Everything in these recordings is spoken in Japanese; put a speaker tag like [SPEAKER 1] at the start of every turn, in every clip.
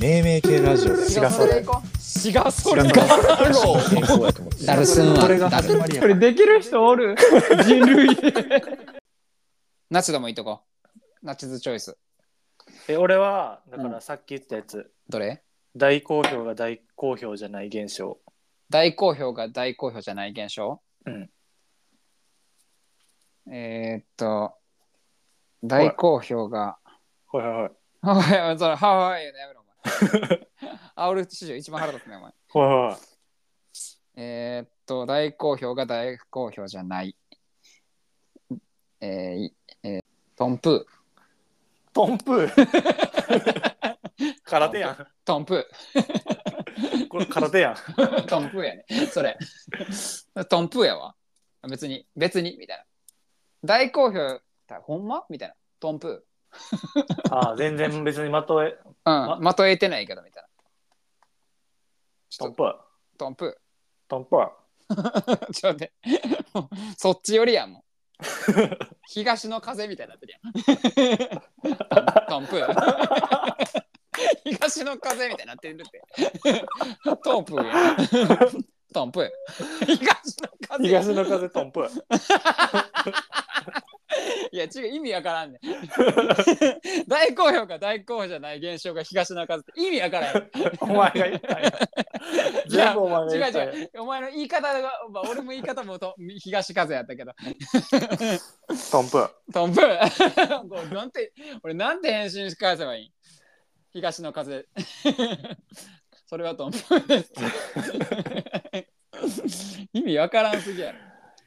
[SPEAKER 1] 命名系ラジオだよ
[SPEAKER 2] 違うそれ行こ
[SPEAKER 3] 違うそれ
[SPEAKER 1] 違う
[SPEAKER 3] ガーロー
[SPEAKER 1] 健康やと思って
[SPEAKER 4] ダルスン
[SPEAKER 2] これが
[SPEAKER 4] はダル
[SPEAKER 2] う
[SPEAKER 3] これできる人おる人類
[SPEAKER 4] ナチュでもいいとこナチュズチョイス
[SPEAKER 2] え俺はだからさっき言ったやつ、
[SPEAKER 4] どれ
[SPEAKER 2] 大好評が大好評じゃない現象
[SPEAKER 4] 大好評が大好評じゃない現象
[SPEAKER 2] うん
[SPEAKER 4] えーっと大好評が
[SPEAKER 2] はいはいはい
[SPEAKER 4] おいおいそれハワイやめろお 前煽る史上一番腹立つねお前
[SPEAKER 2] はいはいはい
[SPEAKER 4] えーっと大好評が大好評じゃないえーいえートンプー
[SPEAKER 2] トンプー 空手やん
[SPEAKER 4] トンプー
[SPEAKER 2] これ空手やん
[SPEAKER 4] トンプー やね。それ。 トンプーやわ。別に、別に、みたいな。大好評、ほんまみたいな。トンプ
[SPEAKER 2] ああ全然別にまとえ
[SPEAKER 4] ー。うん。まとえてないけど、みたいな。ち
[SPEAKER 2] ト
[SPEAKER 4] ょ
[SPEAKER 2] ン
[SPEAKER 4] っと、
[SPEAKER 2] プー
[SPEAKER 4] トンプ
[SPEAKER 2] トンプー
[SPEAKER 4] ー。ちょっと待って。もうそっちよりやん、もう。東の風みたいになってるやん。トントンプー。東の風みたいになってるって。トンプーやん。トンプー。東の風。
[SPEAKER 2] 東の風トンプー
[SPEAKER 4] いや違う意味わからんねん大好評か大好評じゃない現象が東の風って意味わからんよ
[SPEAKER 2] お前が言ったんや
[SPEAKER 4] いや
[SPEAKER 2] 全部お前が言
[SPEAKER 4] 違
[SPEAKER 2] ったんや
[SPEAKER 4] う違うお前の言い方が、まあ、俺も言い方もと東風やったけど
[SPEAKER 2] トンプー
[SPEAKER 4] トンプーこうなんて俺なんて返信し返せばいいん東の風それはトンプーです意味わからんすぎやろ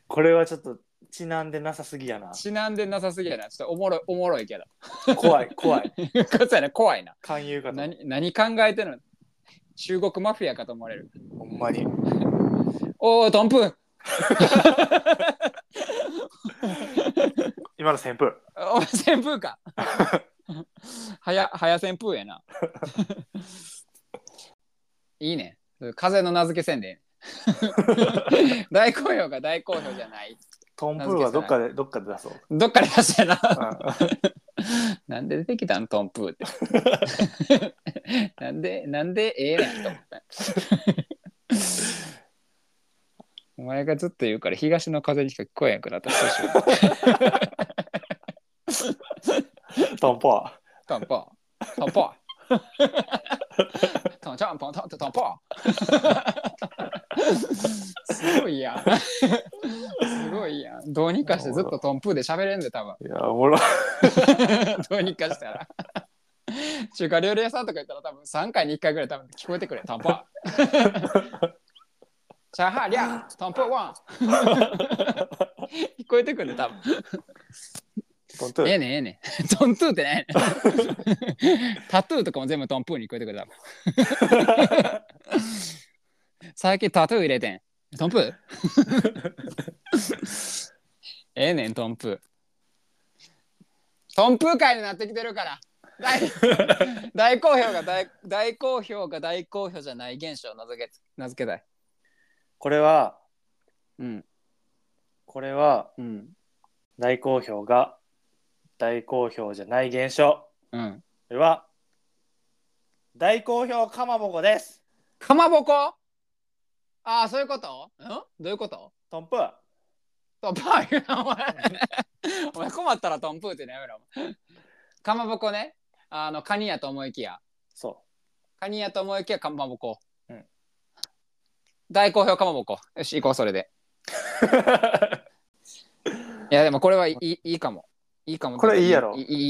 [SPEAKER 2] これはちょっとちなんでなさすぎやな
[SPEAKER 4] ちなんでなさすぎやなちょっとおもろいおもろいけど
[SPEAKER 2] 怖い怖い
[SPEAKER 4] そうやな怖いな
[SPEAKER 2] 勧誘かと
[SPEAKER 4] 何何考えてんの中国マフィアかと思われる。
[SPEAKER 2] ほんまに
[SPEAKER 4] おお、トンプン
[SPEAKER 2] 今の旋風
[SPEAKER 4] お前旋風かはや、はや旋風やな。 いいね。風の名付けせんでええね 大好評が大好評じゃない。
[SPEAKER 2] トンプーはどっかでどっかで出そう、
[SPEAKER 4] どっかで出したな。
[SPEAKER 2] う、
[SPEAKER 4] なんで出てきたんトンプーって。 なんで、なんでええねんと思った。お前がずっと言うから東の風にしか聞こえなくなった。どうしようん
[SPEAKER 2] トンポー
[SPEAKER 4] トンポートンポ ートンチャンポントントンポー すごいやん。すごいやん。どうにかしてずっとトンプーで喋れんで、多分。
[SPEAKER 2] いやおもろい
[SPEAKER 4] どうにかしたら。中華料理屋さんとか行ったら多分3回に1回ぐらい多分聞こえてくれ、トンポー。チャーハリャトンポーワン。 聞こえてくる、多分。
[SPEAKER 2] トン トゥー
[SPEAKER 4] ええねんええねん。 トントゥーってね。タトゥーとかも全部トンプーに聞こえてくるだろ。 最近タトゥー入れてん。トンプー ええねん、トンプー。トンプー会になってきてるから。大 大好評が大大好評が大好評じゃない現象を名付け名付けたい。
[SPEAKER 2] これは
[SPEAKER 4] うん。
[SPEAKER 2] これは
[SPEAKER 4] うん。
[SPEAKER 2] 大好評が大好評じゃない現象
[SPEAKER 4] うん。
[SPEAKER 2] これは大好評かまぼこです
[SPEAKER 4] かまぼこああ、そういうことんどういうこと
[SPEAKER 2] トンプー
[SPEAKER 4] トンプー言うなお前お前困ったらトンプーってねやめろかまぼこねあのカニやと思いきや
[SPEAKER 2] そ
[SPEAKER 4] カニやと思いきやかまぼこ、
[SPEAKER 2] うん
[SPEAKER 4] 大好評かまぼこよし行こうそれで
[SPEAKER 2] う
[SPEAKER 4] いやでもこれはいいいいいかもいいかも
[SPEAKER 2] これいいやろ
[SPEAKER 4] いいいいいいいい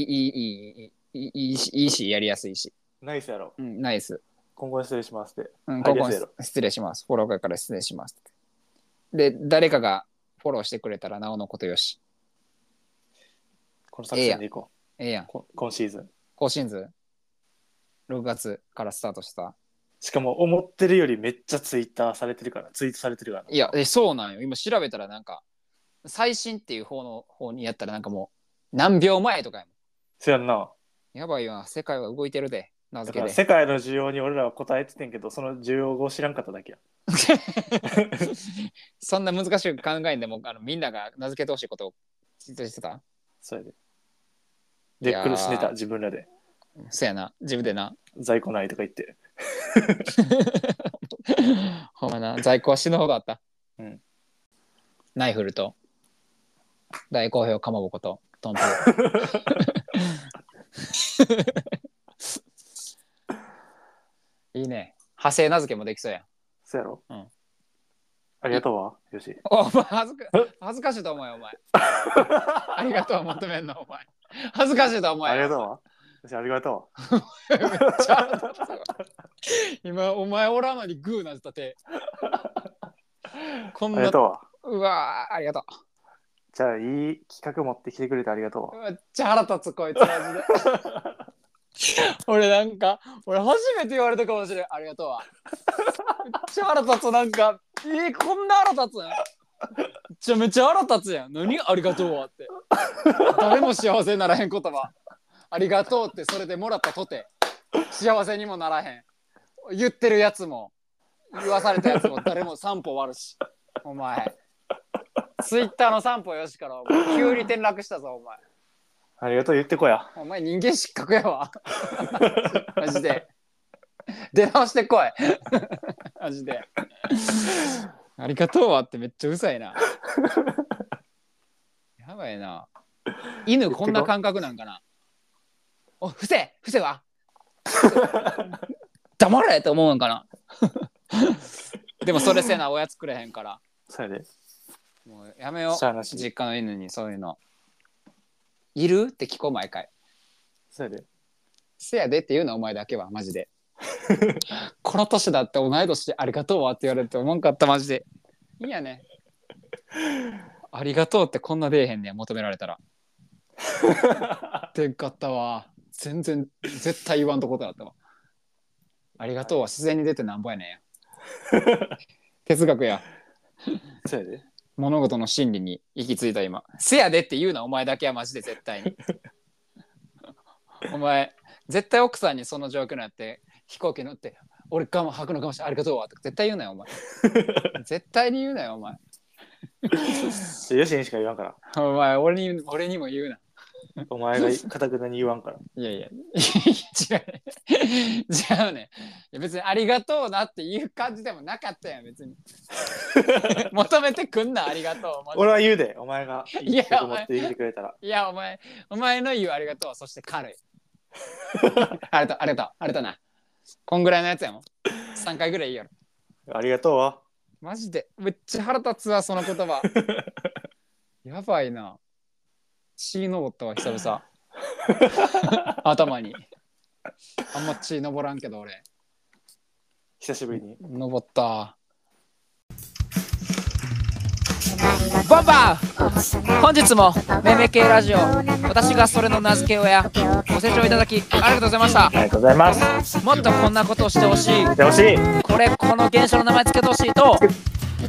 [SPEAKER 4] いいいいしいいしやりやすいし、
[SPEAKER 2] ナイスやろ
[SPEAKER 4] うん、ナイス、
[SPEAKER 2] 今後失礼しますって
[SPEAKER 4] うん、
[SPEAKER 2] あ
[SPEAKER 4] こ
[SPEAKER 2] りが
[SPEAKER 4] ことに
[SPEAKER 2] うやろ
[SPEAKER 4] 失礼しますフォローから失礼しますで誰かがフォローしてくれたらなおのことよし
[SPEAKER 2] この作戦でいこ
[SPEAKER 4] ええやん
[SPEAKER 2] うこ今シーズン
[SPEAKER 4] 更新図6月からスタートした
[SPEAKER 2] しかも思ってるよりめっちゃツイッターされてるからツイートされてるから
[SPEAKER 4] いやえそうなんよ今調べたらなんか最新っていう方の方にやったらなんかもう何秒前とかやも
[SPEAKER 2] そやんなん
[SPEAKER 4] やばいよな世界は動いてるで名
[SPEAKER 2] だ
[SPEAKER 4] 付
[SPEAKER 2] か
[SPEAKER 4] け
[SPEAKER 2] ら
[SPEAKER 4] で
[SPEAKER 2] 世界の需要に俺らは答えててんけどその需要を知らんかっただけや
[SPEAKER 4] そんな難しく考えんでもあのみんなが名付けてほしいことをツイートしてた
[SPEAKER 2] それで
[SPEAKER 4] い
[SPEAKER 2] で
[SPEAKER 4] やー
[SPEAKER 2] 苦しんでた自分らで
[SPEAKER 4] そやな自分でな
[SPEAKER 2] 在庫ないとか言って。
[SPEAKER 4] ほんまな在庫は死ぬほどあった、
[SPEAKER 2] うん、
[SPEAKER 4] ナイフルと大好評かまぼことトンプ いいね派生名付けもできそうや
[SPEAKER 2] そうやろ。
[SPEAKER 4] うん
[SPEAKER 2] ありがとうわ、よし。
[SPEAKER 4] おお前恥ずか恥ずかしいと思うよお前ありがとう求めんのお前恥ずかしいと思うよ
[SPEAKER 2] ありがとうわ。よし、ありがとう
[SPEAKER 4] めっちゃ腹立つわ今お前おらんのにグーなった手こん
[SPEAKER 2] わ。あり
[SPEAKER 4] な
[SPEAKER 2] がと
[SPEAKER 4] う
[SPEAKER 2] うわ。
[SPEAKER 4] わーありがと
[SPEAKER 2] じゃあ、いい企画持ってきてくれてありがとうわ
[SPEAKER 4] う。めっちゃ腹立つこいつマジで 俺なんか俺初めて言われたかもしれんありがとうわめっちゃ腹立つなんかえー、こんな腹立つんめちゃめちゃ腹立つやん何ありがとうわって誰も幸せにならへん言葉ありがとうってそれでもらったとて幸せにもならへん言ってるやつも言わされたやつも誰も散歩終わるしお前ツイッターの散歩よしからお前急に転落したぞお前
[SPEAKER 2] ありがとう、言ってこや。
[SPEAKER 4] お前人間失格やわ。 マジで。出直してこい。 マジで。ありがとうわってめっちゃうざいな。やばいな。犬こんな感覚なんかな。お、伏せ伏せは 黙れって思うんかな。 でもそれせなおやつくれへんから。
[SPEAKER 2] そうやで。
[SPEAKER 4] もうやめよ
[SPEAKER 2] しゃあ
[SPEAKER 4] う。
[SPEAKER 2] なし
[SPEAKER 4] 実家の犬にそういうの。いるって聞こう毎回。
[SPEAKER 2] そうやで。
[SPEAKER 4] せやでっていうのはお前だけはマジでこの年だって同い年でありがとうわって言われて思わんかったマジでいいやねありがとうってこんな出えへんねや求められたらでんかったわ全然絶対言わんとことだったわありがとうは自然に出てなんぼやねんや哲学や
[SPEAKER 2] そうやで。
[SPEAKER 4] 物事の真理に行き着いた今せやでって言うなお前だけはマジで絶対 にお前絶対奥さんにその状況になって飛行機乗って俺我慢吐くのかもしれないありがとうわとか絶対言うなよ お前絶対に言うなよお前
[SPEAKER 2] でよしにしか言わんから。
[SPEAKER 4] お前俺に俺にも言うな
[SPEAKER 2] お前がかたくなに言わん から。
[SPEAKER 4] いやいや違うね違うねいや別にありがとうなっていう感じでもなかったやん 別に求めてくんなありがとうマジで
[SPEAKER 2] 俺は言うで、お前が
[SPEAKER 4] いや
[SPEAKER 2] 企画持ってきてくれたら。
[SPEAKER 4] いや、お前、お前の言うありがとう、そして軽い。あれと、あれと、あれとな。こんぐらいのやつやもん。3回ぐらいいいやろ。
[SPEAKER 2] ありがとうわ。
[SPEAKER 4] マジで、めっちゃ腹立つわ、その言葉。やばいな。血登ったわ、久々。頭に。あんま血登らんけど、俺。
[SPEAKER 2] 久しぶりに。
[SPEAKER 4] 登った。バンバン
[SPEAKER 1] 本日もめめ系ラジオ私がそれの名付け親ご清聴いただきありがとうございました
[SPEAKER 2] ありがとうございます。
[SPEAKER 1] もっとこんなことをしてほしい
[SPEAKER 2] てほしい。
[SPEAKER 1] これこの現象の名前つけてほしいと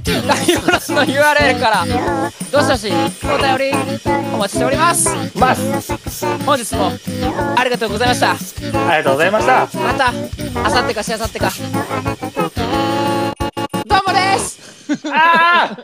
[SPEAKER 1] 概要欄の URL からどしどしお便りお待ちしております本日もありがとうございました
[SPEAKER 2] ありがとうございました。
[SPEAKER 1] またあさってかしあさってかどうもです
[SPEAKER 4] ああ